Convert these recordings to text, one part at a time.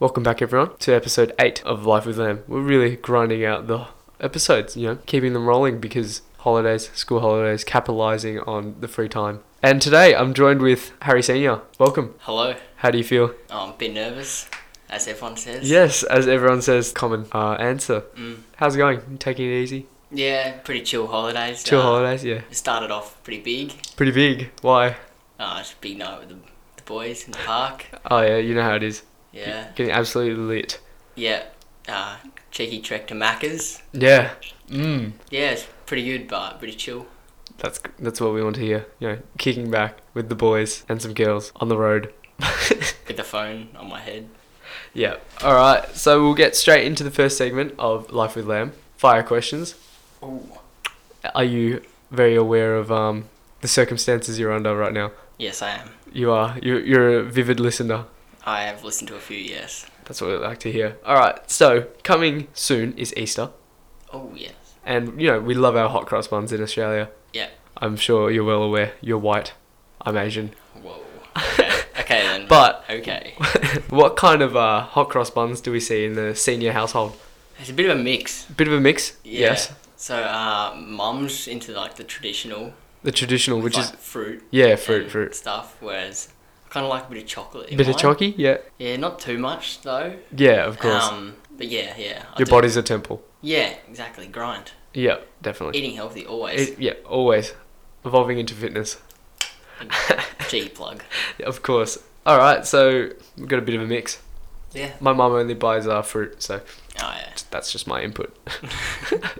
Welcome back, everyone, to episode 8 of Life with Lamb. We're really grinding out the episodes, you know, keeping them rolling because holidays, school holidays, capitalizing on the free time. And today I'm joined with Harry Sr. Welcome. Hello. How do you feel? Oh, I'm a bit nervous, as everyone says. Yes, as everyone says, common uh, answer. Mm. How's it going? You Taking it easy? Yeah, pretty chill holidays. Chill Uh, holidays? Yeah. it Started off pretty big. Pretty big. Why? Uh, it's a big night with the, the boys in the park. Oh, yeah, you know how it is. Yeah. Getting absolutely lit. Yeah. Uh, cheeky trek to Macca's. Yeah. Mmm. Yeah, it's pretty good, but pretty chill. That's, that's what we want to hear. You know, kicking back with the boys and some girls on the road. With the phone on my head. Yeah. All right. So we'll get straight into the first segment of Life with Lamb. Fire questions. Oh. Are you very aware of um, the circumstances you're under right now? Yes, I am. You are. You're, you're a vivid listener. I have listened to a few, yes. That's what we like to hear. All right. So coming soon is Easter, Oh, yes. and you know we love our hot cross buns in Australia. Yeah. I'm sure you're well aware. You're white. I'm Asian. Whoa. Okay, okay then. But- Okay. what kind of uh, hot cross buns do we see in the senior household? It's a bit of a mix. Bit of a mix. Yeah. Yes. So, uh, mum's into like the traditional, The traditional, which is fruit. yeah, fruit, and fruit. stuff. Whereas I kind of like a bit of chocolate. in Bit of mine. chalky. Yeah. Yeah, not too much though. Yeah, of course. Um, but yeah, yeah. I Your do- body's a temple. Yeah, exactly. Grind. Yeah, definitely. Eating healthy always. It, yeah, always evolving into fitness. G plug. Yeah, of course. All right, so we've got a bit of a mix. Yeah. My mum only buys our fruit, so Oh yeah. that's just my input.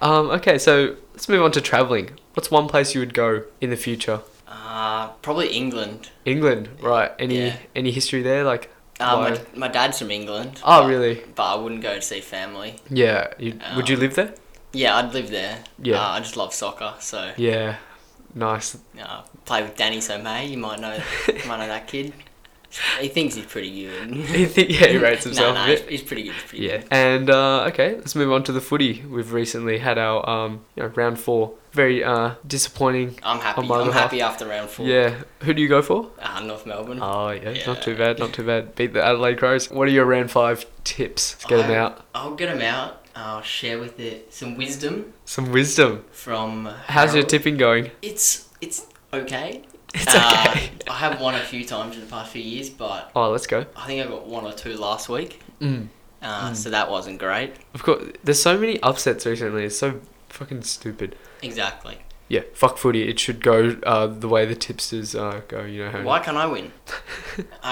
um, okay, so let's move on to traveling. What's one place you would go in the future? Uh, probably England. England, right? Any Yeah. any history there? Like, Uh, Why? my, my dad's from England. oh but- really? But I wouldn't go to see family. Yeah. You, would you Um, live there? Yeah, I'd live there. Yeah. Uh, I just love soccer, so Yeah. Nice. uh, play with Danny Somay. You might know, you might know that kid. He thinks he's pretty good. He thi- yeah, he rates himself a no, no, bit. he's- he's pretty good. He's pretty Yeah, good. and uh, okay, let's move on to the footy. We've recently had our um, you know, round four. Very uh, disappointing. I'm happy. On I'm my behalf. happy after round four. Yeah, who do you go for? Uh, North Melbourne. Oh yeah, not too Yeah. bad, not too bad. Beat the Adelaide Crows. What are your round five tips? Let's get them I- out. I'll get them out. I'll share with it some wisdom Some wisdom. from. How's your Harold. tipping going? It's it's okay. It's Uh, okay. I have won a few times in the past few years, but Oh, let's go. I think I got one or two last week. Mm. Uh, So that wasn't great. Of course, there's so many upsets recently. It's so fucking stupid. Exactly. Yeah, fuck footy. It should go uh, the way the tipsters uh, go. You know how? Why can't I win?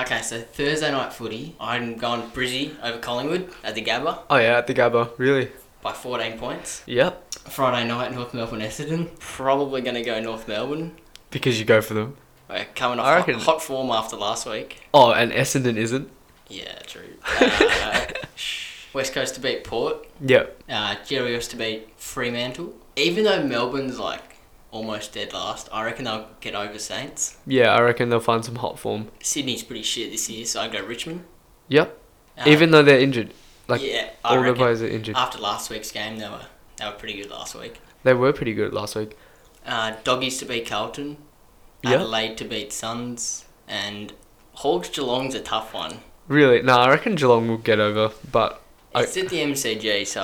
okay, so Thursday night footy, I'm going Brizzy over Collingwood at the Gabba Oh yeah, at the Gabba, really? by 14 points. Yep. Friday night, North Melbourne Essendon. Probably going to go North Melbourne. Because you go for them. We're coming off I hot, reckon- hot form after last week. Oh, and Essendon isn't. Yeah, true. Uh, West Coast to beat Port. Yep. Uh, Geelong to beat Fremantle. Even though Melbourne's like almost dead last, I reckon they'll get over Saints. Yeah, I reckon they'll find some hot form. Sydney's pretty shit this year, so I go Richmond. Yep. Uh, Even though they're injured, like yeah, I all the reckon players are injured. after last week's game, they were they were pretty good last week. They were pretty good last week. Uh, Doggies to beat Carlton. Yeah. Adelaide to beat Suns and Hawks Geelong's a tough one. Really? No, I reckon Geelong will get over, but I- It's at the MCG, so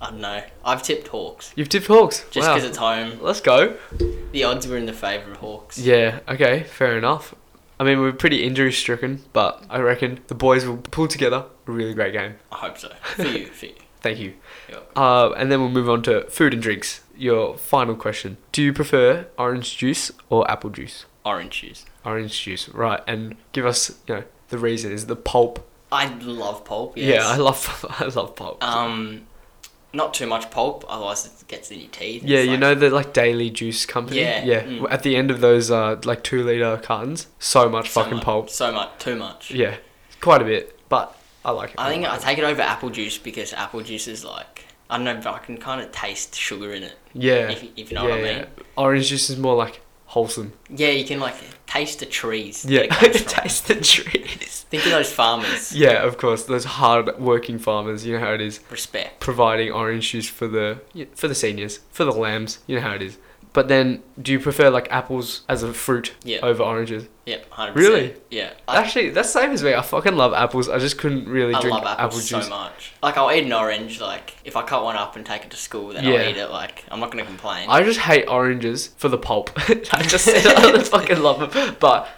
I don't know. I've tipped Hawks you've tipped Hawks. just wow. because it's home. Let's go. The odds were in the favour of Hawks. Yeah, okay, fair enough. I mean, we're pretty injury stricken, but I reckon the boys will pull together. A really great game. I hope so. For you, for you. Thank you. You're welcome. Uh, and then we'll move on to food and drinks. Your final question Do you prefer orange juice or apple juice? Orange juice. Orange juice, right. And give us, you know, the reason. Is it the pulp? I love pulp. Yes. Yeah, I love I love pulp. Um, not too much pulp, otherwise it gets in your teeth. Yeah, It's you like- know the like daily juice company. Yeah, yeah. mm. At the end of those uh, like two liter cartons, so much so fucking much, pulp. So much, too much. Yeah, quite a bit, but I like it. I think I take it over apple juice because apple juice is like I don't know, but I can kind of taste sugar in it. yeah, If, if you know yeah, what I yeah. mean. Orange juice is more like wholesome. Yeah, you can like taste the trees. that Yeah, it comes from. taste the trees. Think of those farmers. Yeah, of course. Those hard working farmers, you know how it is. Respect. Providing orange juice for the for the seniors, for the lambs, you know how it is. But then, do you prefer like apples as a fruit Yeah. over oranges? Yeah, 100%. Really? Yeah. I, Actually, that's same as me. I fucking love apples. I just couldn't really I drink love apples apple juice. so much. Like, I'll eat an orange, like, if I cut one up and take it to school, then Yeah. I'll eat it. Like, I'm not going to complain. I just hate oranges for the pulp. I just I fucking love them. But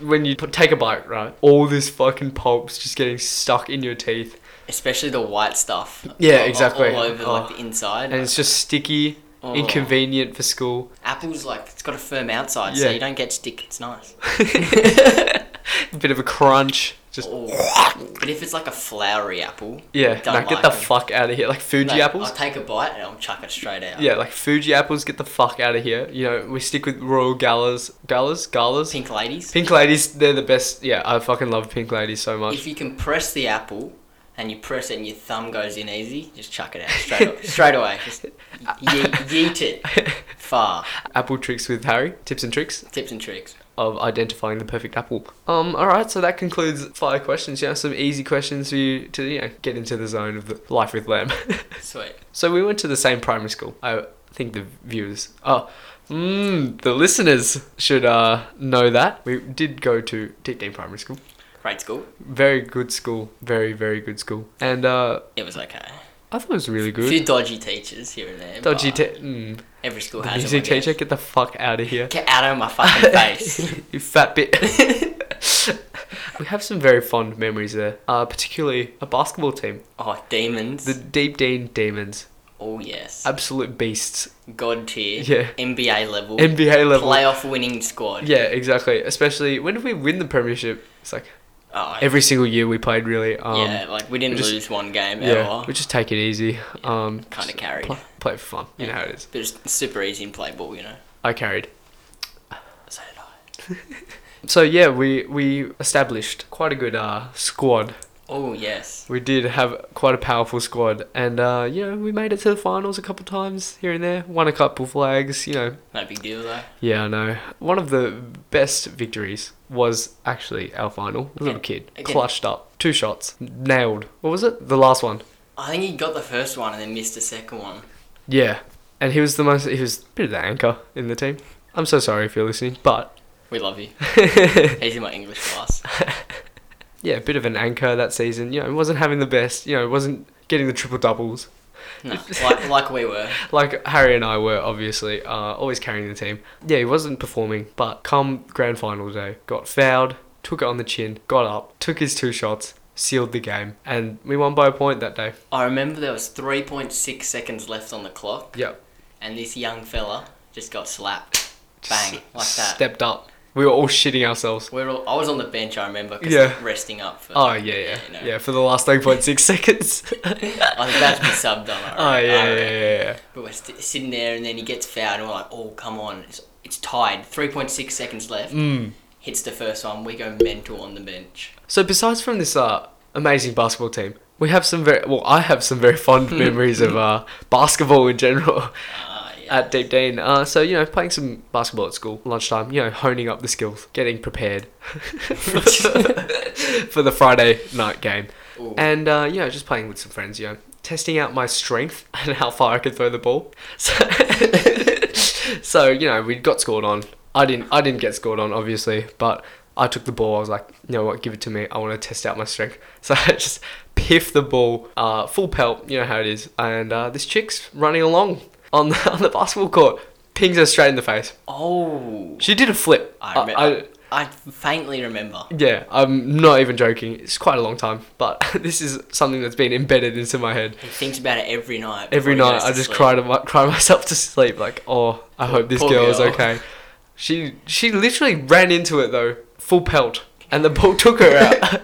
when you put, take a bite, right, all this fucking pulp's just getting stuck in your teeth, Especially the white stuff. Yeah, All- all- exactly. All over, Oh. like, the inside. and it's just sticky, Oh. inconvenient for school. Apple's, like, it's got a firm outside, Yeah. so you don't get stick. It's nice. Bit of a crunch. Just Oh. but if it's, like, a floury apple, yeah, Don't nah, get like the them. fuck out of here. Like Fuji no, apples. I'll take a bite and I'll chuck it straight out. Yeah, like Fuji apples, get the fuck out of here. You know, we stick with Royal Galas, Galas, Galas. Pink ladies. Pink ladies, they're the best. Yeah, I fucking love pink ladies so much. If you can press the apple and you press it and your thumb goes in easy, just chuck it out straight away. straight away. Just ye- yeet it far. Apple tricks with Harry. Tips and tricks Tips and tricks. of identifying the perfect apple. Um, all right, so that concludes fire questions. Yeah, some easy questions for you to you know get into the zone of the life with lamb. Sweet. so we went to the same primary school. I think the viewers, oh, mm, the listeners should uh know that we did go to Deep Dean Primary School. Great school. Very good school. Very, very good school. And uh, It was okay. I thought it was really A good. few dodgy teachers here and there. Dodgy but te- mm, Every school the has music them, I guess. teacher, get the fuck out of here. Get out of my fucking face. you fat bit. we have some very fond memories there, uh, particularly a basketball team. oh, demons. The Deep Dean Demons. oh, yes. Absolute beasts. God tier. Yeah. NBA level. NBA level. Playoff winning squad. Yeah, exactly. Especially when did we win the premiership? It's like Oh, every single year we played really. Um, yeah, like we didn't we just- lose one game yeah, ever. we just take it easy. Um, Kind of carried. play, play for fun. You Yeah. know how it is. But it's super easy in play ball, you know. I carried. So did I. So yeah, we we established quite a good uh, squad. Oh, yes. We did have quite a powerful squad, and uh, you know we made it to the finals a couple times here and there. Won a couple flags, you know. No big deal though. Yeah, I know. One of the best victories was actually our final. A little kid Again. clutched up two shots, nailed. What was it? The last one. I think he got the first one and then missed the second one. Yeah, and he was the most. He was a bit of the anchor in the team. I'm so sorry if you're listening, but We love you. He's in my English class. yeah, a bit of an anchor that season. You know, wasn't having the best. You know, wasn't getting the triple doubles. No, like, like we were. like Harry and I were obviously uh, always carrying the team. Yeah, he wasn't performing, but come grand final day, got fouled, took it on the chin, got up, took his two shots, sealed the game, and we won by a point that day. I remember there was 3.6 seconds left on the clock Yep, and this young fella just got slapped. Bang, like that. Stepped up. We were all shitting ourselves. We were all, I was on the bench, I remember, 'cause Yeah. resting up. For, Oh yeah, yeah, you yeah. know. for the last three point six seconds. I was about to be subbed on. Oh I reckon, I yeah, yeah, reckon. yeah, yeah. But we're st- sitting there and then he gets fouled and we're like, oh, come on. It's, it's tied. 3.6 seconds left. Mm. Hits the first one. We go mental on the bench. So besides from this uh, amazing basketball team, we have some very well. I have some very fond memories of uh, basketball in general. Ah, yeah. at Deep Dean. Uh, so you know, playing some basketball at school, lunchtime. You know, honing up the skills, getting prepared for the Friday night game, Ooh. and uh, you know, just playing with some friends. You know, testing out my strength and how far I could throw the ball. So, so you know, we got scored on. I didn't. I didn't get scored on, obviously, but. I took the ball. I was like, you know what? Give it to me. I want to test out my strength. So I just piff the ball, uh, full pelt. You know how it is. And uh, this chick's running along on the, on the basketball court, pings her straight in the face. Oh, She did a flip. I remember. I, faintly remember. yeah, I'm not even joking. It's quite a long time, but this is something that's been embedded into my head. He thinks about it every night. before Every he night, goes I to just sleep. cry to my, cry myself to sleep. Like, oh, I hope this poor girl is girl. okay. She she literally ran into it though, full pelt, and the ball took her out.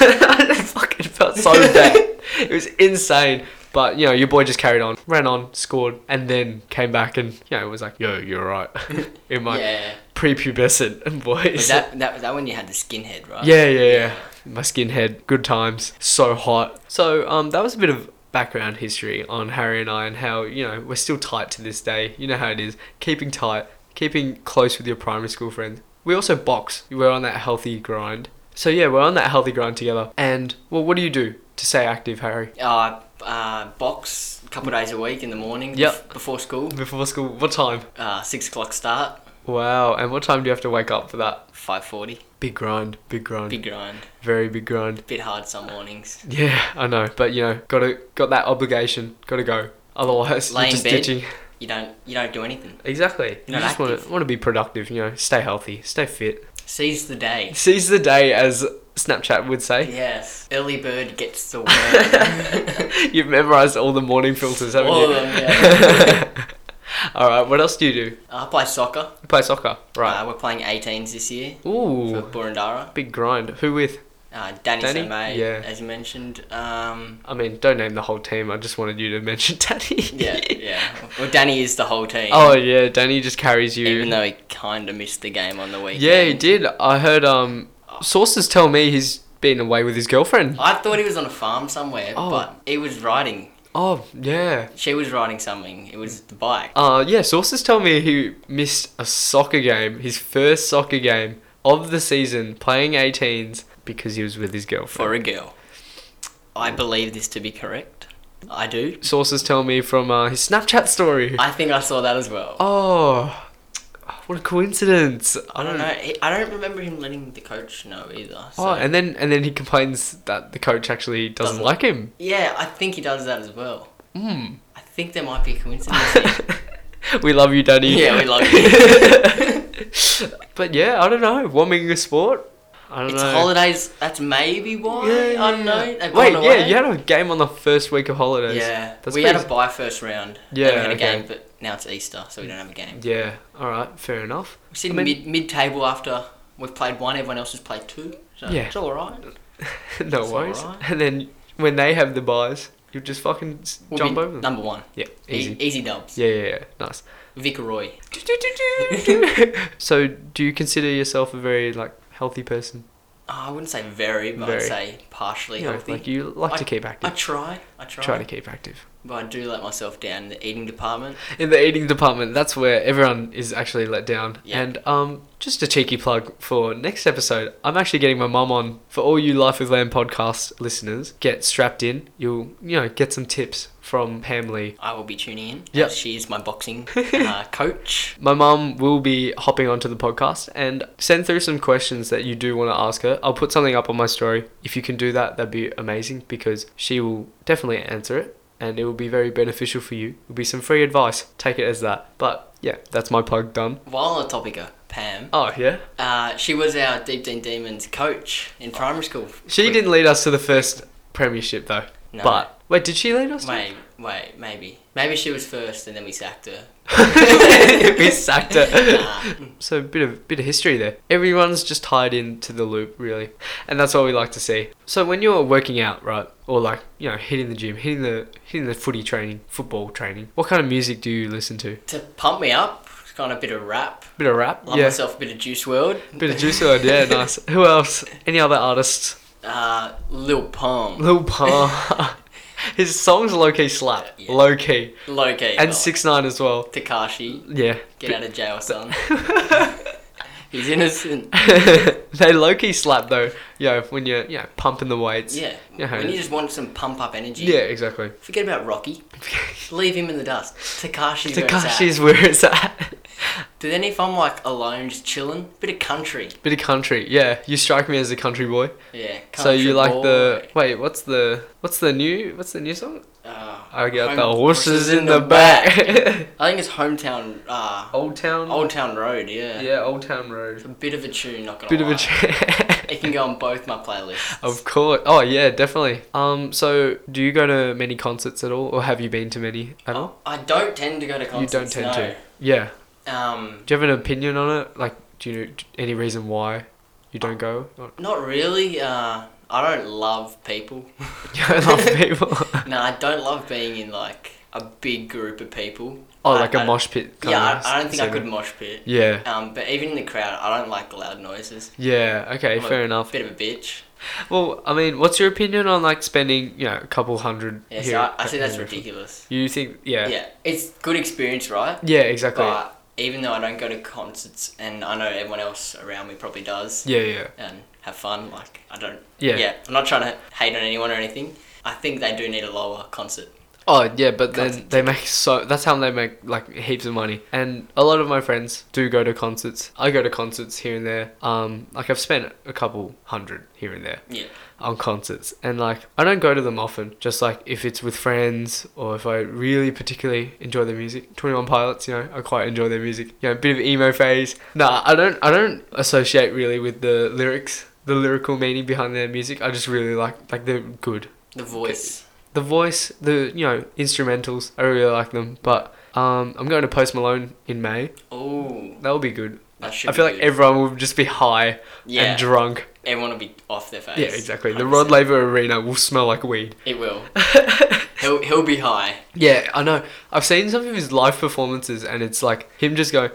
I fucking felt so bad. It was insane. But you know, your boy just carried on, ran on, scored, and then came back and you know, it was like, yo, you're right. In my Yeah, prepubescent voice. was that that that when you had the skinhead, right? Yeah, yeah, yeah. My skinhead, good times, so hot. So, um, that was a bit of background history on Harry and I and how, you know, we're still tight to this day. You know how it is. Keeping tight, keeping close with your primary school friends. We also box. We're on that healthy grind. So, yeah, we're on that healthy grind together. And, well, what do you do to stay active, Harry? Uh, uh, box a couple of days a week in the morning Yep. bef- before school. Before school, what time? Uh, six o'clock start, Wow, and what time do you have to wake up for that? 5.40. Big grind, big grind, Big grind. very big grind. Bit hard some mornings. Yeah, I know, but you know, gotta got that obligation, gotta go. Otherwise, Lay you're in just bed. ditching. You don't you don't do anything. Exactly. You You're not just want to active. want to be productive. You know, stay healthy, stay fit. Seize the day. Seize the day, as Snapchat would say. Yes. Early bird gets the worm. You've memorized all the morning filters, haven't All you? of them, yeah. all right. What else do you do? I play soccer. You play soccer, right? Uh, we're playing 18s this year for Ooh, Burundara. big grind. Who with? Uh, Danny, Danny? Somay, Yeah. as you mentioned. Um, I mean, don't name the whole team. I just wanted you to mention Danny. yeah, yeah. Well, Danny is the whole team. Oh yeah, Danny just carries you. Even though he kind of missed the game on the weekend. yeah, he did. I heard um sources tell me he's been away with his girlfriend. I thought he was on a farm somewhere, Oh. but he was riding. Oh yeah. She was riding something. It was the bike. Uh yeah, sources tell me he missed a soccer game, his first soccer game of the season, playing 18s because he was with his girlfriend. for a girl. I believe this to be correct. I do. Sources tell me from uh, his Snapchat story. I think I saw that as well. oh, what a coincidence! I don't know. He, I don't remember him letting the coach know either. So. Oh, and then and then he complains that the coach actually doesn't, Doesn't- Hmm. like him. yeah, I think he does that as well. Mm. I think there might be a coincidence. here. we love you, Danny. yeah, we love you. you. but yeah, I don't know. Warming a sport. I don't It's know. holidays. That's maybe why. I don't know. They've Wait, gone yeah, away. you had a game on the first week of holidays. Yeah, That's we had a pretty- bye first round. Yeah, Yeah, we had a okay. game, but now it's Easter, so we don't have a game. Yeah. All right. Fair enough. We're sitting I mean- mid mid table after we've played one. Everyone else has played two. So Yeah. it's all right. no It's worries. alright. And then when they have the buys, you just fucking s We'll jump be over them. Number one. Yeah. Easy. Easy. Easy dubs. Yeah, yeah, yeah. Nice. Vicaroy. so, do you consider yourself a very like healthy person? Oh, I wouldn't say very, but Very. I'd say partially You know, healthy. like you like to keep I active. try. I try. Try to keep active. But I do let myself down in the eating department. in the eating department. That's where everyone is actually let down. Yeah. And um, just a cheeky plug for next episode. I'm actually getting my mum on for all you Life with Lamb podcast listeners. Get strapped in. You'll you know get some tips from Pam Lee. I will be tuning in. Yep. as She's my boxing uh, coach. My mum will be hopping onto the podcast and send through some questions that you do want to ask her. I'll put something up on my story. If you can do that, that'd be amazing because she will definitely answer it and it will be very beneficial for you. It'll be some free advice. Take it as that. But yeah, that's my plug done. While on the topic of Pam, Oh, yeah. uh, she was our Deep Dean Demons coach in primary school. She Quick- didn't lead us to the first premiership though. No. But wait, did she lead us? to- Wait, wait, maybe. Maybe she was first and then we sacked her. we sacked her. Nah. So bit of bit of history there. Everyone's just tied into the loop really, and that's what we like to see. So when you're working out, right, or like you know hitting the gym, hitting the hitting the footy training, football training, what kind of music do you listen to? to pump me up, it's kind of a bit of rap. Bit of rap, Love yeah. myself a bit of Juice World. Bit of Juice WRLD, yeah, nice. Who else? Any other artists? Uh, Lil Pump. Lil Pump. His songs low key slap, Yeah. low key, Low key. and six nine as well. Takashi. Yeah, Get out of jail, son. He's innocent. they low key slap though, you know, when you're you know, pumping the weights. Yeah. Yeah. When you just want some pump up energy. Yeah, exactly. Forget about Rocky. Leave him in the dust. Takashi's where it's at. Takashi's where it's at. But then if I'm like alone, just chilling, bit of country. Bit of country, yeah. You strike me as a country boy. Yeah. so Country you like the boy. wait? What's the what's the new what's the new song? Uh, I got home- the horses in the back. I think it's hometown. Uh, Old Town. Old Town Road. Yeah. yeah, Old Town It's Road. a bit of a tune. Not gonna Bit of lie. a. Tra- It can go on both my playlists. Of course. Oh yeah, definitely. Um. So, do you go to many concerts at all, or have you been to many at all? I don't tend to go to you don't concerts. tend no. to. Yeah. to. Um, Do you have an opinion on it? Like, do you know any reason why you don't go? Or- not really. Uh, I don't love people. you don't love people? no, I don't love being in like a big group of people. oh, I- like a I- mosh pit. Kind yeah, of I, I don't think I could segment. mosh pit. Yeah. Um, but even in the crowd, I don't like loud noises. Yeah. Okay. I'm a fair enough. Bit of a bitch. Well, I mean, what's your opinion on like spending you know a couple hundred? Yeah, here, so I, I think that's here? ridiculous. You think? Yeah. Yeah. Yeah. it's good experience, right? exactly. But even though I don't go to concerts, and I know everyone else around me probably does, yeah. Yeah. and have fun, like I don't Yeah. Yeah, I'm not trying to hate on anyone or anything, I think they do need a lower concert. Oh yeah, but then Concert they make so that's how they make like heaps of money. And a lot of my friends do go to concerts. I go to concerts here and there. Um, like I've spent a couple hundred here and there Yeah. on concerts, and like I don't go to them often. Just like if it's with friends or if I really particularly enjoy their music. Twenty One Pilots, you know, I quite enjoy their music. You know, a bit of emo phase. Nah, I don't. I don't associate really with the lyrics, the lyrical meaning behind their music. I just really like like they're good The voice. the voice, the you know instrumentals, I really like them. But um, I'm going to Post Malone in May. Oh, That'll be good. that should. I feel be like good. everyone will just be high yeah, and drunk. everyone will be off their face. Yeah, exactly. The 100%. Rod Laver Arena will smell like weed. It will. he'll he'll be high. Yeah, I know. I've seen some of his live performances, and it's like him just going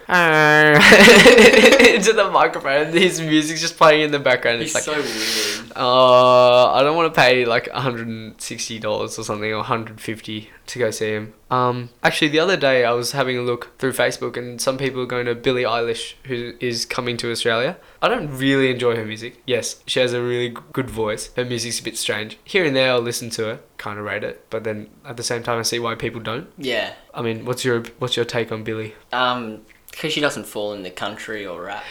into the microphone, and his music's just playing in the background. He's It's like. so weird. Uh, I don't want to pay like $160 or something or 150 to go see him. Um, actually, the other day I was having a look through Facebook and some people are going to Billie Eilish, who is coming to Australia. I don't really enjoy her music. Yes, she has a really g- good voice. Her music's a bit strange. Here and there, I'll listen to her, kind of rate it, but then at the same time, I see why people don't. Yeah. I mean, what's your what's your take on Billie? Um, because she doesn't fall in the country or rap.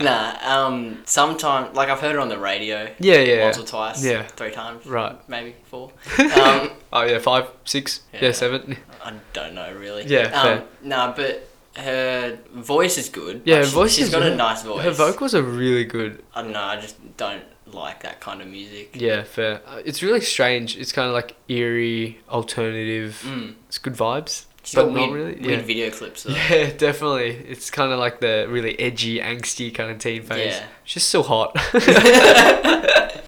nah. Um, sometimes like I've heard her on the radio Yeah, yeah, once or twice. Yeah. Three times. Right. Maybe four. Um, oh yeah, five, six, yeah, Yeah. seven. I don't know really. Yeah, fair. Um, no, but her voice is good. Yeah, Like, her voice she's is got a good. nice voice. Her vocals are really good. I don't know. I just don't like that kind of music. Yeah, fair. Uh, It's really strange. It's kind of like eerie, alternative. Mm. It's good vibes. She's But got not weird, really, weird yeah. video clips though. Yeah, definitely. It's kind of like the really edgy, angsty kind of teen phase. Yeah. She's still hot.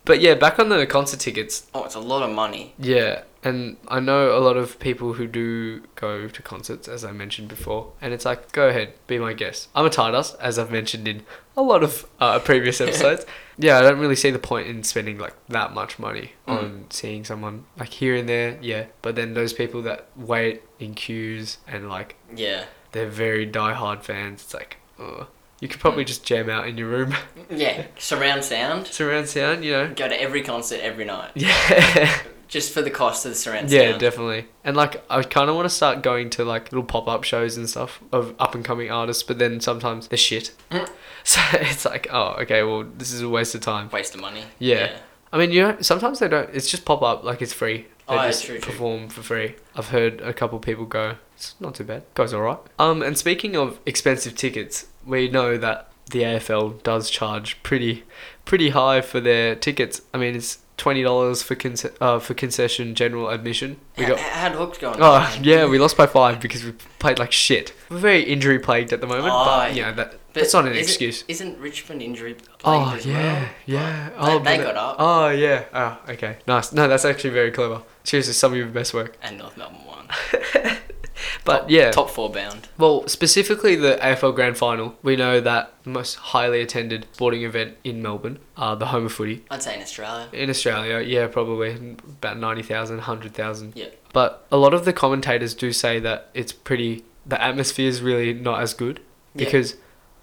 but yeah, back on the concert tickets. Oh, it's a lot of money. Yeah, and I know a lot of people who do go to concerts, as I mentioned before, and it's like, go ahead, be my guest. I'm a Tardas, as I've mentioned in a lot of uh, previous episodes. yeah, I don't really see the point in spending like that much money Mm. on seeing someone like here and there, yeah. But then those people that wait in queues and like Yeah. they're very diehard fans, it's like, oh, you could probably just jam out in your room, Yeah. Surround sound. surround sound, you know. Go to every concert every night. Yeah. Just for the cost of the surround Yeah, sound. definitely. And like, I kind of want to start going to like little pop up shows and stuff of up and coming artists, but then sometimes they're shit. Mm. so it's like, oh, okay, well, this is a waste of time. Waste of money. Yeah. I mean, you know, sometimes they don't. It's just pop up, like it's free. They Oh, yeah, just true, true. perform for free. I've heard a couple people go. It's not too bad. Goes all right. Um, and speaking of expensive tickets, we know that the AFL does charge pretty, pretty high for their tickets. I mean, it's twenty dollars for con- uh, for concession general admission. We How, got how had Hooked going? Oh yeah, we lost by five because we played like shit. We're very injury plagued at the moment, Oh, but you know that But that's not an isn't- excuse. Isn't Richmond injury plagued Oh as yeah, well? yeah. Like, Oh, they, they but- got up Oh yeah. Oh okay, nice. No, that's actually very clever. Seriously, some of your best work. and North Melbourne won. But Top- oh. yeah, top four bound. well, specifically the AFL Grand Final, we know that the most highly attended sporting event in Melbourne, uh, the home of footy, I'd say in Australia. In Australia, yeah, probably about 90,000, 100,000. Yeah. But a lot of the commentators do say that it's pretty, the atmosphere is really not as good Yeah. because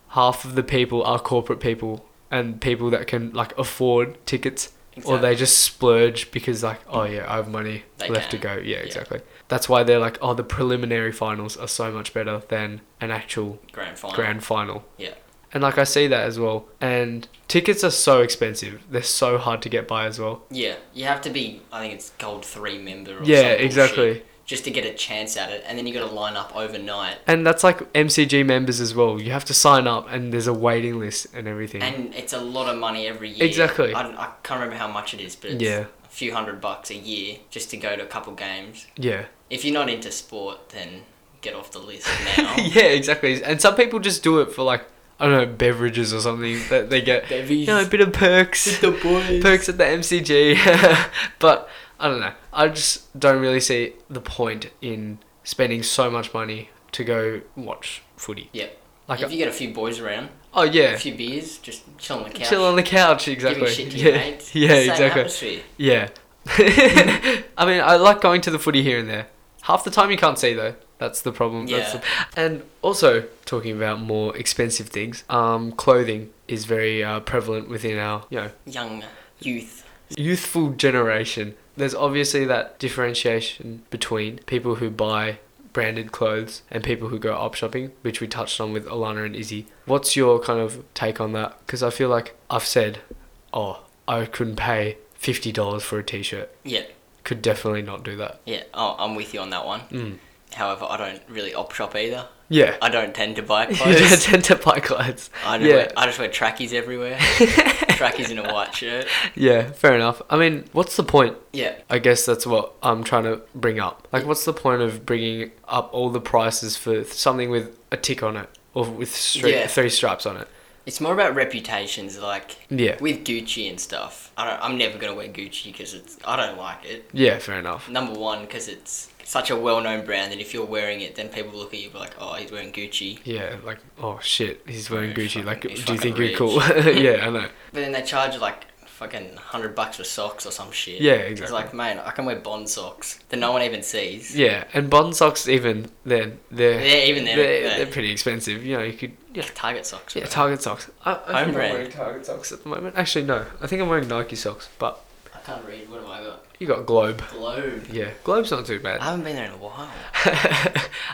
half of the people are corporate people and people that can like afford tickets or they just splurge because like, oh yeah, I have money They left to can. go. Yeah, exactly. That's why they're like, oh, the preliminary finals are so much better than an actual grand final. grand final. Yeah. And like I see that as well. And tickets are so expensive. They're so hard to get by as well. Yeah, you have to be. I think it's gold three member. Or Yeah, some bullshit exactly. Just to get a chance at it, and then you got to line up overnight, And that's like MCG members as well. You have to sign up and there's a waiting list and everything. and it's a lot of money every year. Mm. Exactly. I, don't- I can't remember how much it is, but it's Yeah. a few hundred bucks a year just to go to a couple games. yeah. If you're not into sport, then get off the list now. yeah, exactly. And some people just do it for like, I don't know, beverages or something that they get. You know, a bit of perks. the boys. perks at the MCG. but I don't know. I just don't really see the point in spending so much money to go watch footy. Yep. Like, if you get a few boys around, oh yeah, a few beers, just chill on the couch. chill on the couch. Exactly. Giving shit to your yeah. mates. Yeah, Same exactly. atmosphere. Yeah. I mean, I like going to the footy here and there. Half the time you can't see though. That's the problem. That's Yeah. the... And also talking about more expensive things. Um, clothing is very uh, prevalent within our you know Young youth. youthful generation, there's obviously that differentiation between people who buy branded clothes and people who go op shopping, which we touched on with Alana and Izzy. What's your kind of take on that? Because I feel like I've said, oh, I couldn't pay $50 for a t shirt. Yeah, Could definitely not do that. yeah. Oh, I'm with you on that one. Mm. However, I don't really op shop either. Yeah. I don't tend to buy You don't clothes. tend to buy clothes. I, don't yeah. wear, I just wear trackies everywhere. trackies in a white shirt. Yeah, fair enough. I mean, what's the point? Yeah, I guess that's what I'm trying to bring up. Like, what's the point of bringing up all the prices for something with a tick on it or with stri- Yeah. three stripes on it? it's more about reputations. Like Yeah. with Gucci and stuff. I don't, I'm never gonna wear Gucci because it's. I don't like it. Yeah, fair enough. Number one, because it's such a well-known brand that if you're wearing it, then people look at you and be like, "Oh, he's wearing Gucci." Yeah, like, oh shit, he's wearing He's Gucci. fucking- Like, he's do you fucking think rich. you're cool? yeah, I know. But then they charge like fucking hundred bucks for socks or some shit. Yeah, It's exactly. like, man, I can wear Bond socks that no one even sees. Yeah, and Bond socks, even then, they're, Yeah, even then, they're, yeah. they're pretty expensive. You know, you could. Yeah, Target socks. yeah bro. Target socks. I, I Home think I'm brand. wearing Target socks at the moment. Actually, no. I think I'm wearing Nike socks, but I can't read. What have I got? you got Globe. Globe. Yeah, Globe's not too bad. I haven't been there in a while.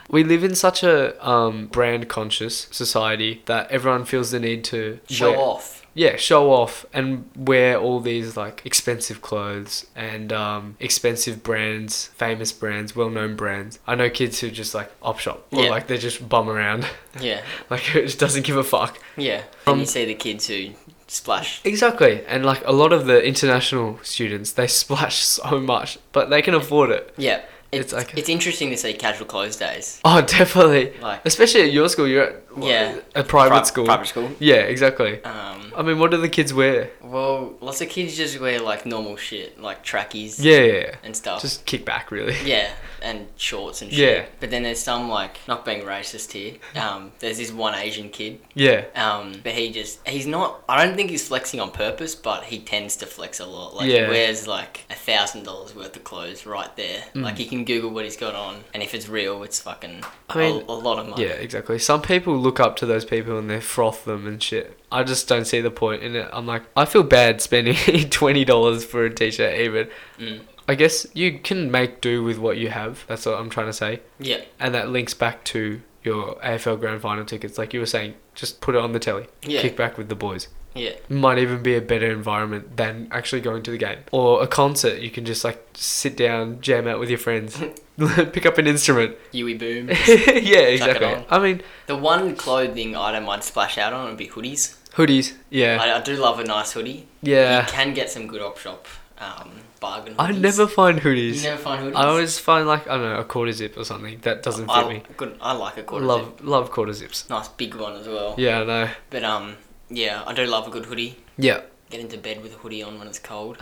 we live in such a um, brand conscious society that everyone feels the need to Show wear- off. Yeah, show off and wear all these like expensive clothes and um, expensive brands, famous brands, well known brands. I know kids who just like op shop or Yeah. like they just bum around, Yeah, like who just doesn't give a fuck. yeah. Then Um, you see the kids who splash. Exactly, and like a lot of the international students, they splash so much, but they can afford it. Yeah, It's it's like- it's interesting to see casual clothes days. Oh, definitely. Like Especially at your school, you're at what, Yeah. a private pri- school. Private school. Yeah, exactly. Um, I mean, what do the kids wear? well, lots of kids just wear like normal shit, like trackies Yeah, yeah, yeah. and stuff. just kick back, really. Yeah, and shorts and shit. Yeah. But then there's some like not being racist here. Um, there's this one Asian kid. Yeah, Um, but he just he's not. I don't think he's flexing on purpose, but he tends to flex a lot. Like Yeah. he wears like a thousand dollars worth of clothes right there. Mm. Like he can Google what he's got on, and if it's real, it's fucking I mean- a, a lot of money. yeah, exactly. Some people look up to those people and they froth them and shit. I just don't see the point in it. I'm like, I feel bad spending twenty dollars for a t-shirt, even. Mm. I guess you can make do with what you have. That's what I'm trying to say, Yeah. and that links back to your AFL Grand Final tickets. Like you were saying, just put it on the telly, Yeah. kick back with the boys. Yeah. might even be a better environment than actually going to the game or a concert. You can just like sit down, jam out with your friends, pick up an instrument. Yui boom. yeah, on. exactly. I mean, the one clothing I don't mind splash out on would be hoodies. hoodies. Yeah, I, I do love a nice hoodie. yeah. You can get some good op shop um, bargain. I hoodies. never find You hoodies. never find hoodies. I always find like I don't know a quarter zip or something that doesn't fit I, me. Good, I like a quarter love zip. love quarter zips. Nice big one as well. Yeah, I know. But um, yeah, I do love a good hoodie. Yeah, Get into bed with a hoodie on when it's cold.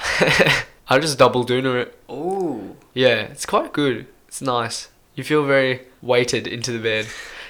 I just double dooner it. Ooh, Yeah, it's quite good. It's nice. You feel very weighted into the bed.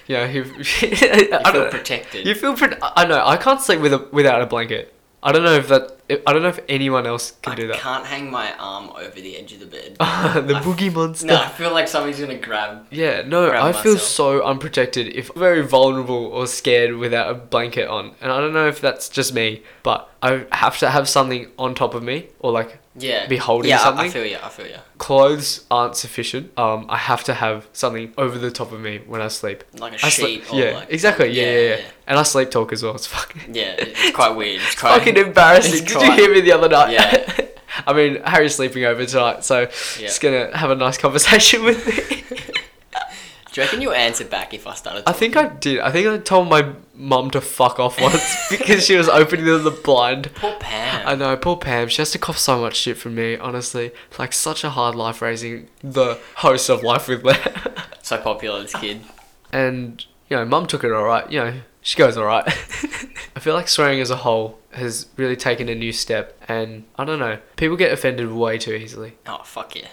You know, you, you I feel don't, protected. You feel pretty. I I know. I can't sleep with a, without a blanket. I don't know if that. if- I don't know if anyone else can I do that. can't hang my arm over the edge of the bed. the I- boogie monster. no, I feel like somebody's gonna grab. Yeah, no. Grab I feel myself. so unprotected if very vulnerable or scared without a blanket on. And I don't know if that's just me, but I have to have something on top of me or like Yeah. Be holding yeah, I- I something? feel you. I feel you. clothes aren't sufficient. Um, I have to have something over the top of me when I sleep. Like a I sheet. sleep. or Yeah, like, exactly. Yeah, yeah, yeah, yeah. And I sleep talk as well. It's fucking. Yeah, it's quite weird. It's quite. fucking embarrassing. It's Did you hear me the other night? Yeah. I mean, Harry's sleeping over tonight, so just gonna have a nice conversation with me. Do you reckon you'll answer back if I started? I think I did. I think I told my mum to fuck off once because she was opening the, the blind. Poor Pam. I know, poor Pam. She has to cough so much shit from me. Honestly, like such a hard life raising the host of Life with Lamb. so popular this kid. and you know, mum took it all right. You know, she goes all right. I feel like swearing as a whole has really taken a new step, and I don't know. People get offended way too easily. Oh fuck yeah.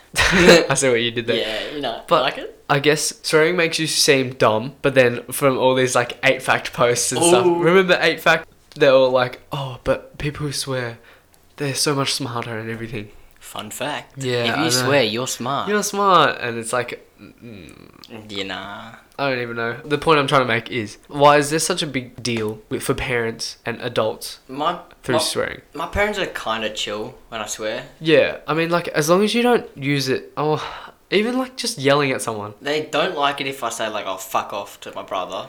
I see what you did there. yeah, you know. But- But like it? I guess swearing makes you seem dumb, but then from all these like eight fact posts and stuff, Ooh. remember eight fact? They're all like, oh, but people who swear, they're so much smarter and everything. Fun fact. Yeah, If I you know. swear, you're smart. You're smart, and it's like, mm, You know. I don't even know. The point I'm trying to make is why is there such a big deal with, for parents and adults My, through my, swearing? my parents are kind of chill when I swear. Yeah, I mean, like as long as you don't use it, oh, even like just yelling at someone. They don't like it if I say, like, oh, fuck off to my brother.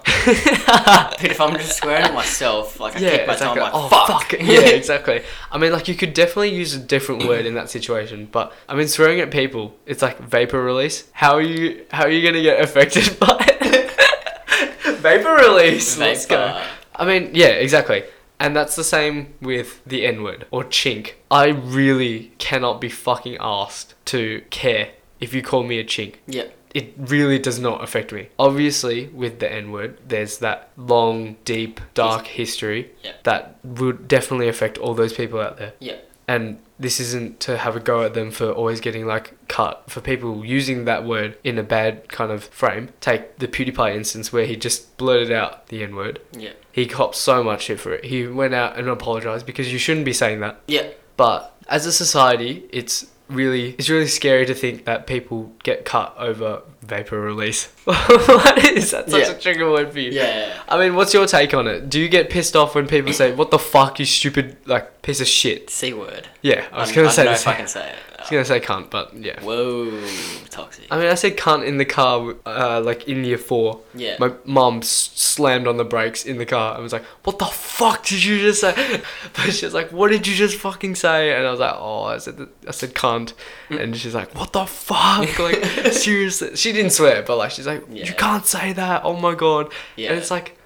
but if I'm just swearing at myself, like, I Yeah, kick my it's like, tongue, a, like, oh fuck. fuck. Yeah, exactly. I mean, like you could definitely use a different word in that situation, but I mean, swearing at people, it's like vapor release. How are you? How are you gonna get affected by it? vapor release. Let's go. Vapor. I mean, yeah, exactly. And that's the same with the N word or chink. I really cannot be fucking asked to care if you call me a chink Yeah. it really does not affect me. Obviously, with the N word, there's that long, deep, dark history Yeah. that would definitely affect all those people out there. Yeah. And this isn't to have a go at them for always getting like cut for people using that word in a bad kind of frame. Take the PewDiePie instance where he just blurted out the N word. Yeah. He copped so much shit for it. He went out and apologized because you shouldn't be saying that. Yeah. But as a society, it's really it's really scary to think that people get cut over vapor release. what is that such Yeah. a trigger word for you? Yeah. I mean, what's your take on it? Do you get pissed off when people say, "What the fuck, you stupid like piece of shit"? C word. Yeah, I was I'm- gonna Um, I say don't know the if I same. can say it. Uh, I was gonna Uh, say cunt, but yeah. Whoa, toxic. I mean, I said cunt in the car, uh, like in year four. Yeah. My mum s- slammed on the brakes in the car and was like, "What the fuck did you just say?" But she was like, "What did you just fucking say?" And I was like, "Oh, I said th- I said cunt," Mm. and she's like, "What the fuck?" Like seriously, she didn't swear, but like she's like, Yeah. "You can't say that." Oh my god. Yeah. And it's like,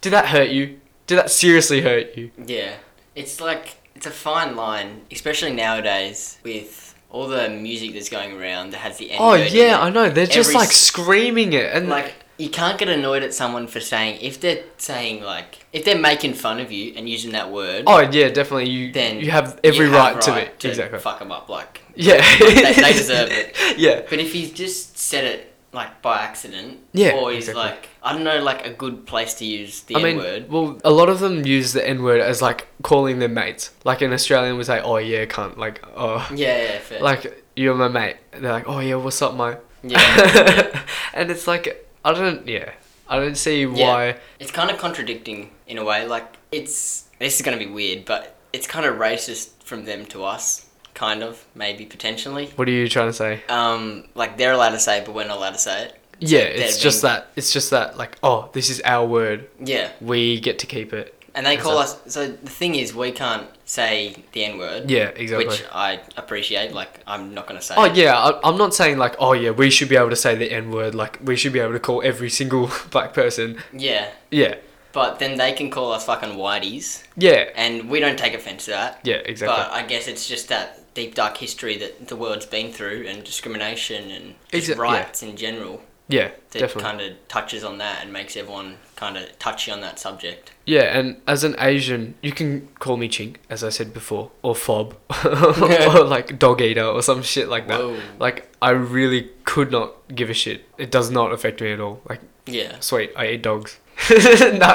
did that hurt you? Did that seriously hurt you? Yeah. It's like it's a fine line, especially nowadays with all the music that's going around that has the N Oh word in it. yeah, I know. They're just Every like s- screaming it and Like you can't get annoyed at someone for saying if they're saying like if they're making fun of you and using that word, Oh yeah, definitely. You then you have every you right, have to it. Exactly. Fuck them up, like. Yeah. They- they deserve it. Yeah. But if he's just said it like by accident, Yeah, or he's exactly. like I don't know, like a good place to use the I mean, N word. well, a lot of them use the N word as like calling their mates. Like an Australian would say, "Oh yeah, cunt." Like, oh, Yeah, yeah, fair. like you're my mate. And they're like, "Oh yeah, what's up, mate?" yeah. and it's like I don't, yeah, I don't see Yeah. why. It's kind of contradicting in a way. Like it's this is gonna be weird, but it's kind of racist from them to us, kind of maybe potentially. What are you trying to say? Um, like they're allowed to say it, but we're not allowed to say it. Yeah, they're it's just being- that. It's just that. Like, oh, this is our word. Yeah, We get to keep it. and they Is call that- us. So the thing is, we can't say the N word. Yeah, exactly. Which I appreciate. Like I'm not gonna say. Oh it. yeah, I, I'm not saying like, oh yeah, we should be able to say the N word. Like, we should be able to call every single black person. yeah. Yeah, But then they can call us fucking whiteys, yeah, and we don't take offense to that. yeah, exactly. But I guess it's just that deep dark history that the world's been through, and discrimination and just Exa- yeah. rights in general. yeah, that definitely. kind of touches on that and makes everyone kind of touchy on that subject. Yeah, and as an Asian, you can call me chink, as I said before, or fob, or like dog eater, or some shit like that. Whoa. Like, I really could not give a shit. It does not affect me at all. Like, Yeah. sweet, I eat dogs. no,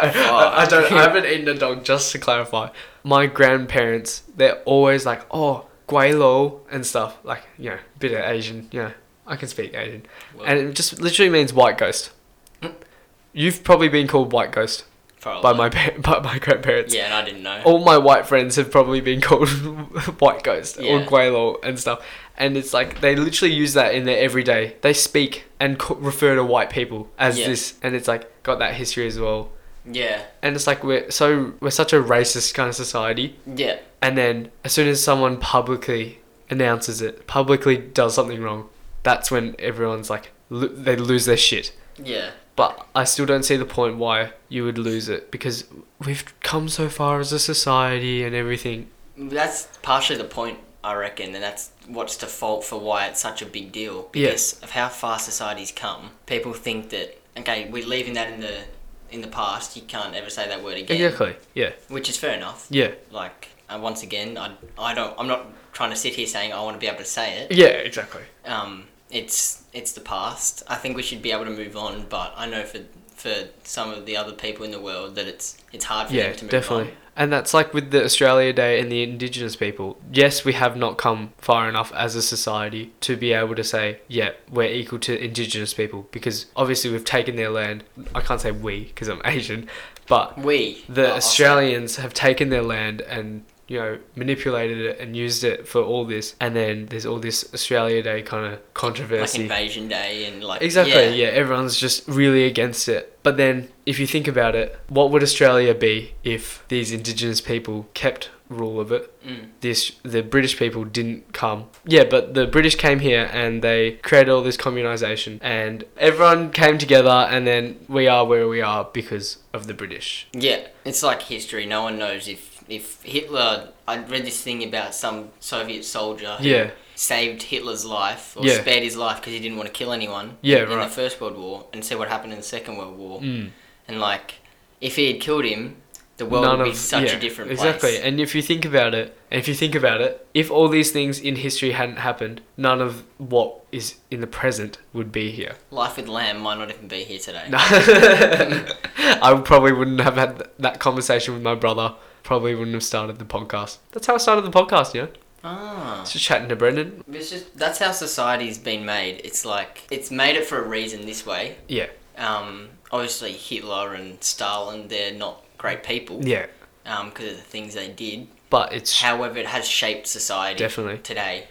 I, I Fuck. don't. I haven't eaten a dog. Just to clarify, my grandparents, they're always like, "Oh, guaylo" and stuff. Like, you know, bit of Asian. You know, I can speak Asian, Whoa. Hmm. and it just literally means white ghost. You've probably been called white ghost Probably. by my Oh. par- by my grandparents. Yeah, and I didn't know. All my white friends have probably been called White Ghost or Yeah. Guaylo and stuff, and it's like they literally use that in their everyday. They speak and co- refer to white people as Yeah. this, and it's like got that history as well. Yeah. And it's like we're so we're such a racist kind of society, Yeah. and then as soon as someone publicly announces it, publicly does something wrong, that's when everyone's like lo- they lose their shit. Yeah. But I still don't see the point why you would lose it because we've come so far as a society and everything. That's partially the point, I reckon, and that's what's the fault for why it's such a big deal. Yeah. Because of how far society's come, people think that, okay, we're leaving that in the in the past, you can't ever say that word again. Exactly. Yeah. Which is fair enough. Yeah. Like, and once again, I, I don't, I'm not trying to sit here saying I want to be able to say it. Yeah. Exactly. um, it's it's the past. I think we should be able to move on, but I know for for some of the other people in the world that it's it's hard for Yeah. them to move Definitely. on. And that's like with the Australia Day and the Indigenous people. Yes, we have not come far enough as a society to be able to say, yeah, we're equal to Indigenous people because obviously we've taken their land. I can't say we because I'm Asian, but We. the Oh, Australians have taken their land and you know manipulated it and used it for all this. And then there's all this Australia Day kind of Like controversy. Invasion Day and like. Exactly. Yeah. Yeah. everyone's just really against it. But then, if you think about it, what would Australia be if these Indigenous people kept rule of it? Mm. This the British people didn't come. Yeah, but the British came here and they created all this communisation, and everyone came together, and then we are where we are because of the British. Yeah, it's like history. No one knows if if Hitler. I read this thing about some Soviet soldier who Yeah. saved Hitler's life or Yeah. spared his life because he didn't want to kill anyone. Yeah, in right. the First World War, and see what happened in the Second World War. Mm. And like, if he had killed him, the world would be such yeah, a different exactly. place. And if you think about it, and if you think about it, if all these things in history hadn't happened, none of what is in the present would be here. Life with Lamb might not even be here today. No. I probably wouldn't have had th- that conversation with my brother. Probably wouldn't have started the podcast. That's how I started the podcast, you know? Ah. Just chatting to Brendan. It's just that's how society's been made. It's like it's made it for a reason this way. Yeah. Um, obviously Hitler and Stalin, they're not great people. Yeah. um, because of the things they did. But it's However, it has shaped society Definitely. today,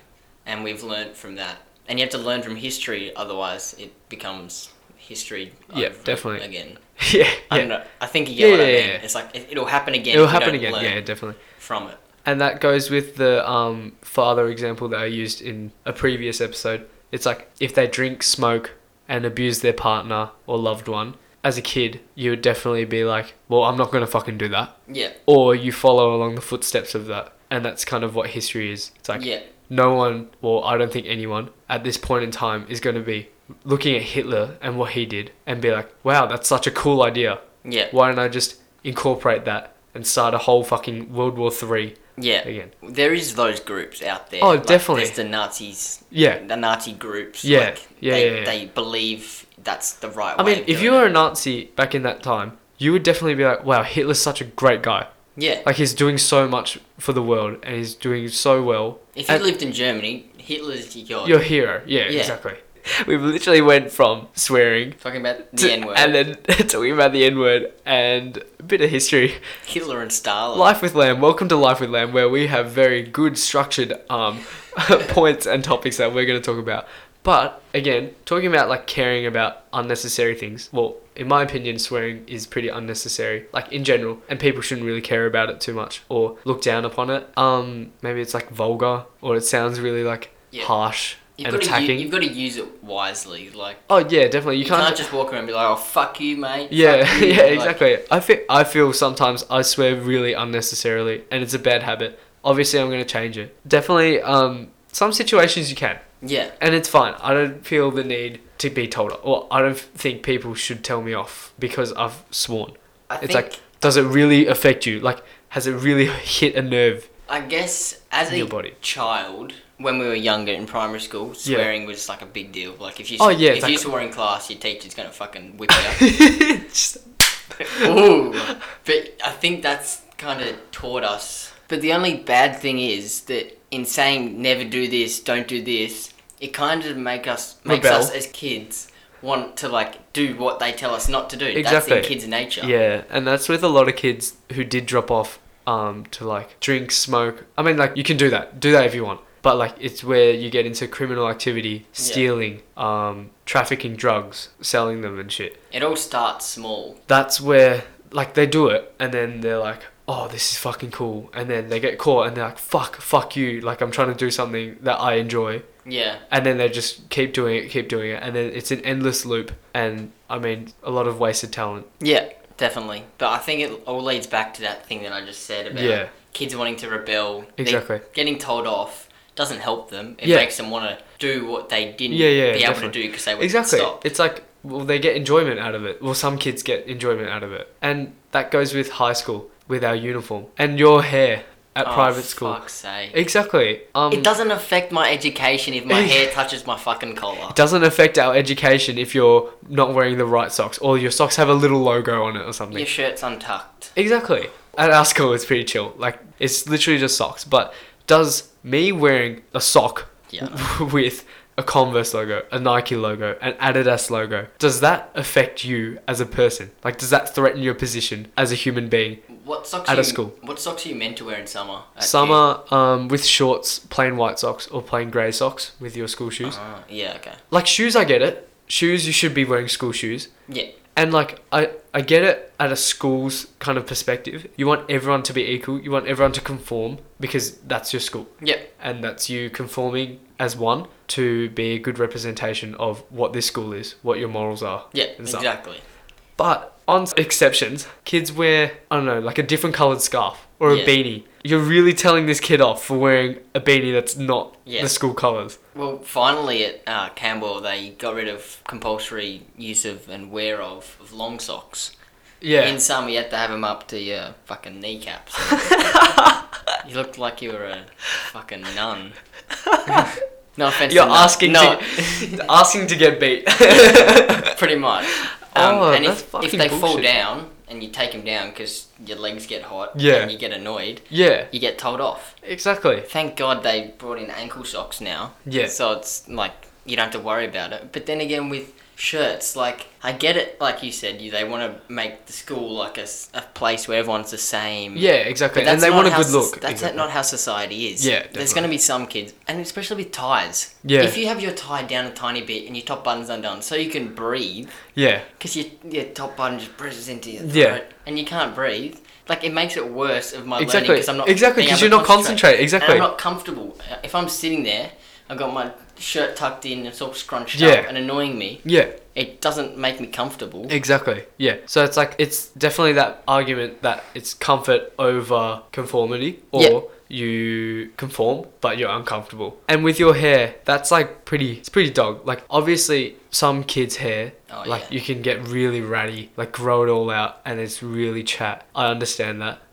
and we've learnt from that. And you have to learn from history, otherwise it becomes history. Yeah, over definitely. Again, yeah. I, yeah. don't know, I think you get what I Yeah, mean. yeah, yeah. It's like it, it'll happen again. It'll if we happen don't again. learn Yeah, definitely. from it. And that goes with the um, father example that I used in a previous episode. It's like if they drink, smoke, and abuse their partner or loved one, as a kid, you would definitely be like, well, I'm not going to fucking do that. Yeah, Or you follow along the footsteps of that. And that's kind of what history is. It's like, yeah, no one, or I don't think anyone at this point in time is going to be looking at Hitler and what he did and be like, wow, that's such a cool idea. yeah, Why don't I just incorporate that and start a whole fucking World War Three yeah. again? There is those groups out there. Oh, like, definitely. There's the Nazis. Yeah. The Nazi groups. Yeah, Like, yeah, they, yeah, yeah. They believe that's the right I way. mean, of if doing you were it. a Nazi back in that time, you would definitely be like, wow, Hitler's such a great guy. yeah, Like, he's doing so much for the world and he's doing so well. if you and- lived in Germany, Hitler's your god. Your hero. Oh, Yeah, Yeah. exactly. We've literally went from swearing Talking about the to- N word. and then talking about the N word and a bit of history. Hitler and Stalin. Life with Lamb. Welcome to Life with Lamb, where we have very good structured um, points and topics that we're going to talk about. But again, talking about like caring about unnecessary things. Well, in my opinion, swearing is pretty unnecessary, like in general, and people shouldn't really care about it too much or look down upon it. Um, maybe it's like vulgar or it sounds really like Yeah. harsh you've and got attacking. To, you've got to use it wisely. Like oh yeah, definitely. you, You, can't, can't just walk around and be like, "Oh fuck you, mate." fuck Yeah, you," yeah, like- exactly. I feel I feel sometimes I swear really unnecessarily, and it's a bad habit. Obviously, I'm gonna change it. Definitely, um, some situations you can, Yeah, and it's fine. I don't feel the need to be told, or I don't think people should tell me off because I've sworn. I it's think. like, does it really affect you? Like, has it really hit a nerve? I guess as in a your body? child, when we were younger in primary school, swearing was like a big deal. Like if you Oh, yeah, if it's you like- swore in class, your teacher's gonna fucking whip you. Just- Ooh, but I think that's kind of taught us. But the only bad thing is that in saying never do this, don't do this, it kind of make us makes Rebel. us as kids want to like do what they tell us not to do. Exactly. That's in kids' nature. Yeah, and that's with a lot of kids who did drop off um, to like drink, smoke. I mean, like you can do that, do that if you want, but like it's where you get into criminal activity, stealing, um, trafficking drugs, selling them and shit. It all starts small. That's where like they do it, and then they're like, oh, this is fucking cool, and then they get caught, and they're like, fuck, fuck you, like I'm trying to do something that I enjoy. Yeah. And then they just keep doing it, keep doing it, and then it's an endless loop. And I mean, a lot of wasted talent. Yeah, definitely. But I think it all leads back to that thing that I just said about Yeah. kids wanting to rebel. They- Exactly. getting told off doesn't help them. It Yeah. makes them want to do what they didn't Yeah, yeah, be able to definitely. do because they were Exactly. stopped. It's like well, they get enjoyment out of it. Well, some kids get enjoyment out of it, and that goes with high school with our uniform and your hair at Oh, private school. fuck's sake. Exactly. Um, It doesn't affect my education if my hair touches my fucking collar. it doesn't affect our education if you're not wearing the right socks or your socks have a little logo on it or something. Your shirt's untucked. Exactly. At our school, it's pretty chill. Like it's literally just socks. But does me wearing a sock Yeah. with a Converse logo, a Nike logo, an Adidas logo, does that affect you as a person? Like, does that threaten your position as a human being? What socks? At are a you- school. What socks are you meant to wear in summer? at uni? Summer um, with shorts, plain white socks, or plain grey socks with your school shoes. Ah, yeah. Okay. Like shoes, I get it. Shoes, you should be wearing school shoes. Yeah. And like I, I get it at a school's kind of perspective. You want everyone to be equal. You want everyone to conform because that's your school. Yeah. and that's you conforming as one to be a good representation of what this school is, what your morals are. Yeah. and stuff. Exactly. But on s- exceptions, kids wear I don't know, like a different coloured scarf or a Yeah. beanie. You're really telling this kid off for wearing a beanie that's not Yeah. the school colours. Well, finally at uh, Campbell, they got rid of compulsory use of and wear of, of long socks. Yeah. In some, you had to have them up to your fucking kneecaps. you looked like you were a fucking nun. no offense. You're to nuns. asking No, to asking to get beat. pretty much. Um, Oh, and that's if, if fucking they fall bullshit. down and you take them down because your legs get hot Yeah. and you get annoyed, yeah. you get told off. Exactly. Thank God they brought in ankle socks now. Yeah. So it's like you don't have to worry about it. But then again, with shirts, like I get it. Like you said, you they want to make the school like a, s- a place where everyone's the same. Yeah, exactly. But And that's they not want a how good soc- look. That's exactly. not how society is. Yeah, There's definitely. going to be some kids, and especially with ties. Yeah. If you have your tie down a tiny bit and your top button's undone, so you can breathe, yeah. because your, your top button just presses into your throat, Yeah. and you can't breathe. Like it makes it worse of my learning Exactly. because I'm not Exactly, being 'cause able you're to not concentrate. concentrating. And Exactly. I'm not comfortable. If I'm sitting there, I've got my shirt tucked in, it's all scrunched Yeah. up and annoying me. Yeah. It doesn't make me comfortable. Exactly. Yeah. So it's like it's definitely that argument that it's comfort over conformity or Yeah. you conform but you're uncomfortable. And with your hair, that's like pretty it's pretty dog. Like obviously some kids' hair Oh, like yeah. you can get really ratty, like grow it all out and it's really chat. I understand that.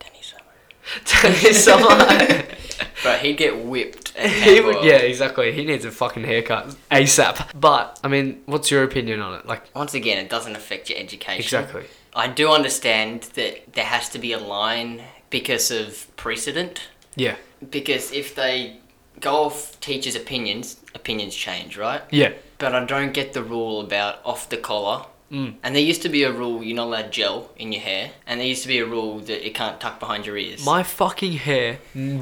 Danny Summer. So, like, Bro, he'd get whipped. at he would, Campbell. yeah, exactly. He needs a fucking haircut ASAP. But I mean, what's your opinion on it? Like Once again, it doesn't affect your education. exactly. I do understand that there has to be a line because of precedent. Yeah. Because if they go off teachers' opinions, opinions change, right? Yeah. But I don't get the rule about off the collar. Mm. And there used to be a rule you're not allowed gel in your hair, and there used to be a rule that it can't tuck behind your ears. My fucking hair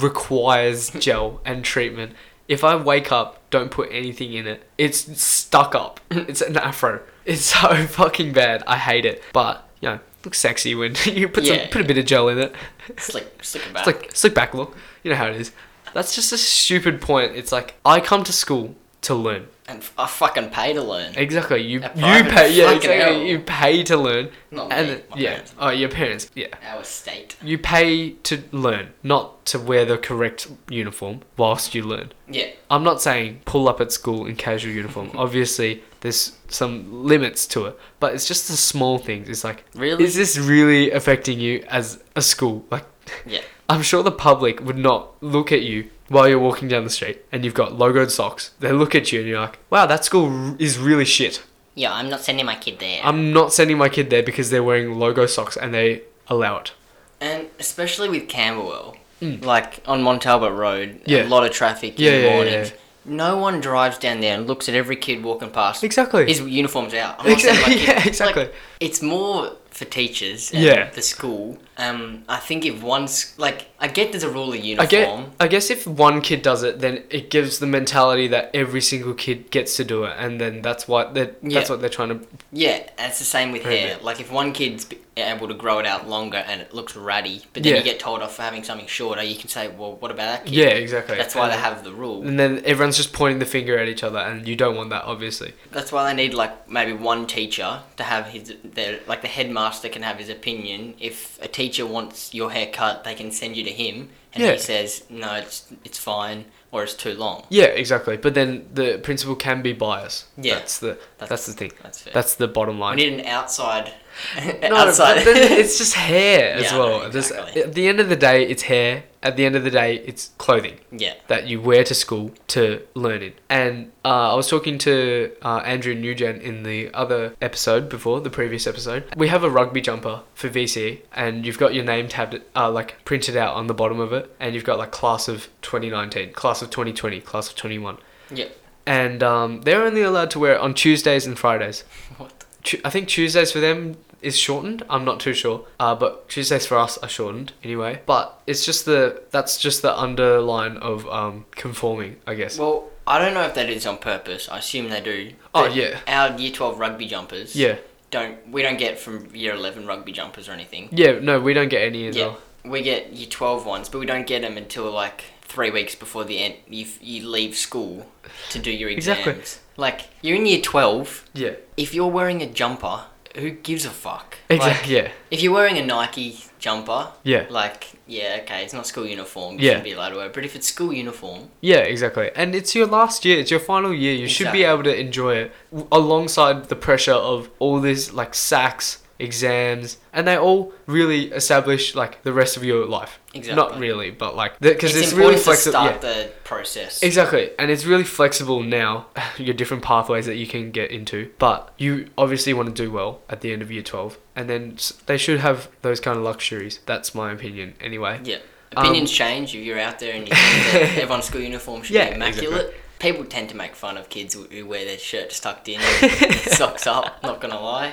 requires gel and treatment. If I wake up, don't put anything in it. It's stuck up. It's an afro. It's so fucking bad. I hate it. But you know, looks sexy when you put Yeah. some, put a bit of gel in it. slick, slick It's about. like slick back look. You know how it is. That's just a stupid point. It's like I come to school to learn. and f- I fucking pay to learn. Exactly. You At you private pay. Yeah, fucking exactly. hell. You pay to learn. Not and me, then- my yeah. parents. Oh, your parents. Yeah. Our state. You pay to learn, not to wear the correct uniform whilst you learn. Yeah. I'm not saying pull up at school in casual uniform. Obviously, there's some limits to it, but it's just the small things. It's like, Really? is this really affecting you as a school? Like, Yeah. I'm sure the public would not look at you while you're walking down the street and you've got logoed socks. They look at you and you're like, wow, that school r- is really shit. Yeah, I'm not sending my kid there. I'm not sending my kid there because they're wearing logo socks and they allow it. And especially with Camberwell, like on Montalbert Road, Mm. Yeah. a lot of traffic Yeah, in the yeah, morning. yeah. No one drives down there and looks at every kid walking past. Exactly. His uniform's out. I'm not saying Exactly, my kid- yeah, exactly. like, it's more for teachers and Yeah. the school. Um, I think if one's like, I get there's a rule of I uniform. get. I guess if one kid does it, then it gives the mentality that every single kid gets to do it, and then that's what they're, Yeah. that's what they're trying to. Yeah, and it's the same with Pretty hair. Like if one kid's be- able to grow it out longer and it looks ratty, but then Yeah. you get told off for having something shorter, you can say, well, what about that kid? Yeah, exactly. That's why and, they have the rule. And then everyone's just pointing the finger at each other, and you don't want that, obviously. That's why they need like maybe one teacher to have his their like the headmaster can have his opinion. If a teacher wants your hair cut, they can send you to him, and Yeah. he says no, it's it's fine or it's too long. Yeah, exactly. But then the principal can be biased. Yeah. that's the that's, That's- the thing. That's fair. That's the bottom we line. need an outside outside. but then it's just hair as Yeah, well. Just- exactly. at the end of the day, it's hair. At the end of the day, it's clothing yeah. that you wear to school to learn in. And uh, I was talking to uh, Andrew Nugent in the other episode before, the previous episode. We have a rugby jumper for VC, and you've got your name tabbed, uh, like printed out on the bottom of it, and you've got like class of 2019, class of 2020, class of 21. Yeah. And um, they're only allowed to wear it on Tuesdays and Fridays. What? Tu- I think Tuesdays for them is shortened. I'm not too sure. Uh, but Tuesdays for us are shortened anyway. But it's just the that's just the underline of um conforming, I guess. Well, I don't know if that is on purpose. I assume they do. Oh, But yeah. Our year twelve rugby jumpers. yeah, Don't we don't get from year eleven ruggy jumpers or anything. yeah. No, we don't get any as Yeah. well. We get year 12 ones, but we don't get them until like three weeks before the end. You, you leave school to do your exams. Exactly. Like, you're in year 12. Yeah, If you're wearing a jumper, who gives a fuck? exactly. yeah, Like, if you're wearing a Nike jumper, yeah, like, yeah, okay, it's not school uniform. You Yeah. shouldn't be allowed to wear it. But if it's school uniform, yeah, exactly. And it's your last year. It's your final year. You should be Exactly. able to enjoy it w- alongside the pressure of all this like sacks, exams, and they all really establish like the rest of your life. Not Exactly. really, but like because it's, it's, important really to flexible. start Yeah. the process. Exactly, and it's really flexible now. Your different pathways that you can get into, but you obviously want to do well at the end of year twelve, and then s- they should have those kind of luxuries. That's my opinion, anyway. Yeah. Um, Opinions change if you're out there and you think that everyone's school uniform should Yeah, be immaculate. People tend to make fun of kids who- who wear their shirts tucked in, and socks up, not gonna lie.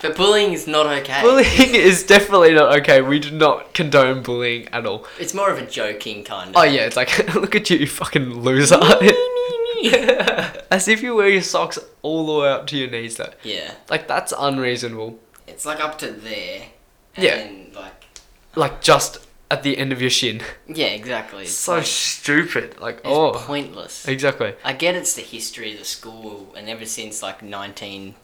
But bullying is not okay. Bullying is definitely not okay. We do not condone bullying at all. It's more of a joking kind Oh of. yeah, it's like look at you, you fucking loser. As if you wear your socks all the way up to your knees, though. yeah. Like that's unreasonable. It's like up to there. And Yeah. Then, like, Like just at the end of your shin. yeah, exactly. It's So like, stupid. Like it's oh, pointless. exactly. I get it's the history of the school, and ever since like 19,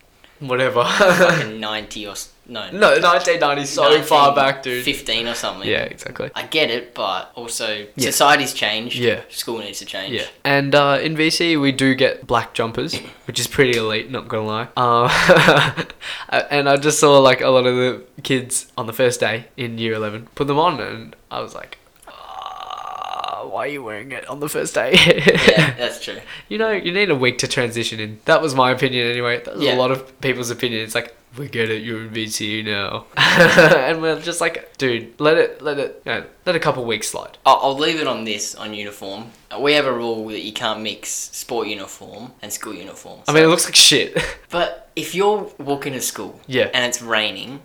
Whatever. fucking 90 or s- no, No, 1990 is so far back, dude. 15 or something. Yeah, exactly. I get it, but also Yeah. society's changed. Yeah. School needs to change. Yeah, and uh, in VC we do get black jumpers, which is pretty elite. Not gonna lie. Uh, and I just saw like a lot of the kids on the first day in year eleven put them on, and I was like, "Ah, why are you wearing it on the first day? Yeah, that's true. you know, you need a week to transition in. That was my opinion anyway. That was Yeah. a lot of people's opinion. It's like we get it, you're in VCU now, and we're just like, dude, let it, let it, you know, let a couple weeks slide. I'll, I'll leave it on this on uniform. Uh, We have a rule that you can't mix sport uniform and school uniform. I mean, it looks like shit. but if you're walking to school Yeah. and it's raining, and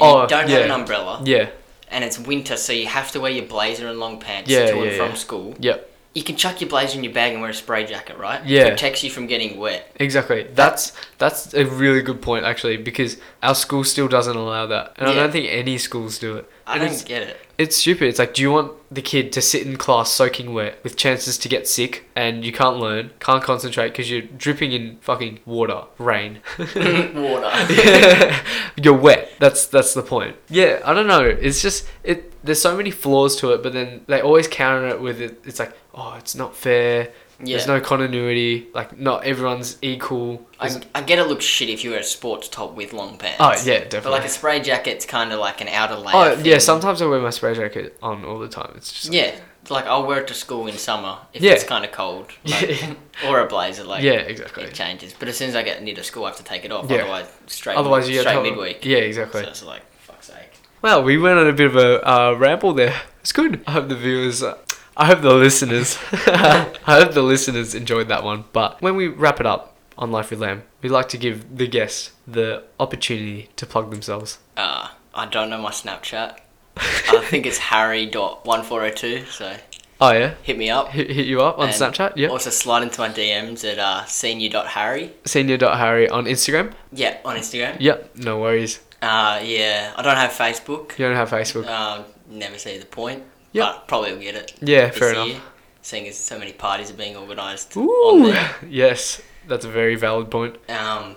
Oh, you don't yeah. have an umbrella, yeah. and it's winter, so you have to wear your blazer and long pants Yeah, to yeah, and from yeah. school. Yep. You can chuck your blazer in your bag and wear a spray jacket, right? Yeah. protects you from getting wet. Exactly. That's that's a really good point actually because our school still doesn't allow that, and I Yeah. don't think any schools do it. I and don't it's, get it. it's stupid. It's like, do you want the kid to sit in class soaking wet with chances to get sick and you can't learn, can't concentrate because you're dripping in fucking water, rain. Water. you're wet. That's that's the point. Yeah, I don't know. It's just it. There's so many flaws to it, but then they always counter it with it. It's like, oh, it's not fair. There's Yeah. no continuity. Like, not everyone's equal. I, I get it looks shit if you wear a sports top with long pants. Oh yeah, definitely. But like a spray jacket's kind of like an outer layer. oh thing. yeah, sometimes I wear my spray jacket on all the time. It's just Yeah, like I'll wear it to school in summer if Yeah. it's kind of cold. Like, Or a blazer, like yeah, exactly. it changes. But as soon as I get near to school, I have to take it off. Yeah. Otherwise, straight Otherwise, you get straight told- midweek. Yeah, exactly. So it's like fuck's sake. Well, we went on a bit of a uh, ramble there. It's good. I hope the viewers, uh, I hope the listeners, I hope the listeners enjoyed that one. But when we wrap it up on Life with Lamb, we like to give the guests the opportunity to plug themselves. Uh, I don't know my Snapchat. I think it's Harry dot one four zero two. So Oh yeah, hit me up. hit, hit you up on And Snapchat. Yeah, Also slide into my DMs at uh, senior dot Harry. Senior dot Harry on Instagram. Yeah, on Instagram. Yep, no worries. Uh, yeah, I don't have Facebook. You don't have Facebook. Um, never see the point. Yep. But probably will get it. Yeah, this fair enough. year, seeing as so many parties are being organised. on Ooh, there. yes, that's a very valid point. Um,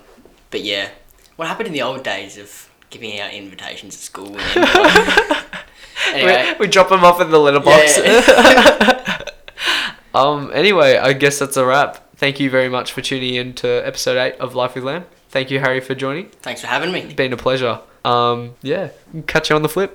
but yeah, what happened in the old days of giving out invitations at school? And then- anyway, We, we drop them off in the letterbox. um. Anyway, I guess that's a wrap. Thank you very much for tuning in to episode eight of Life with Lamb. Thank you, Harry, for joining. Thanks for having me. Been a pleasure. Um, yeah, catch you on the flip.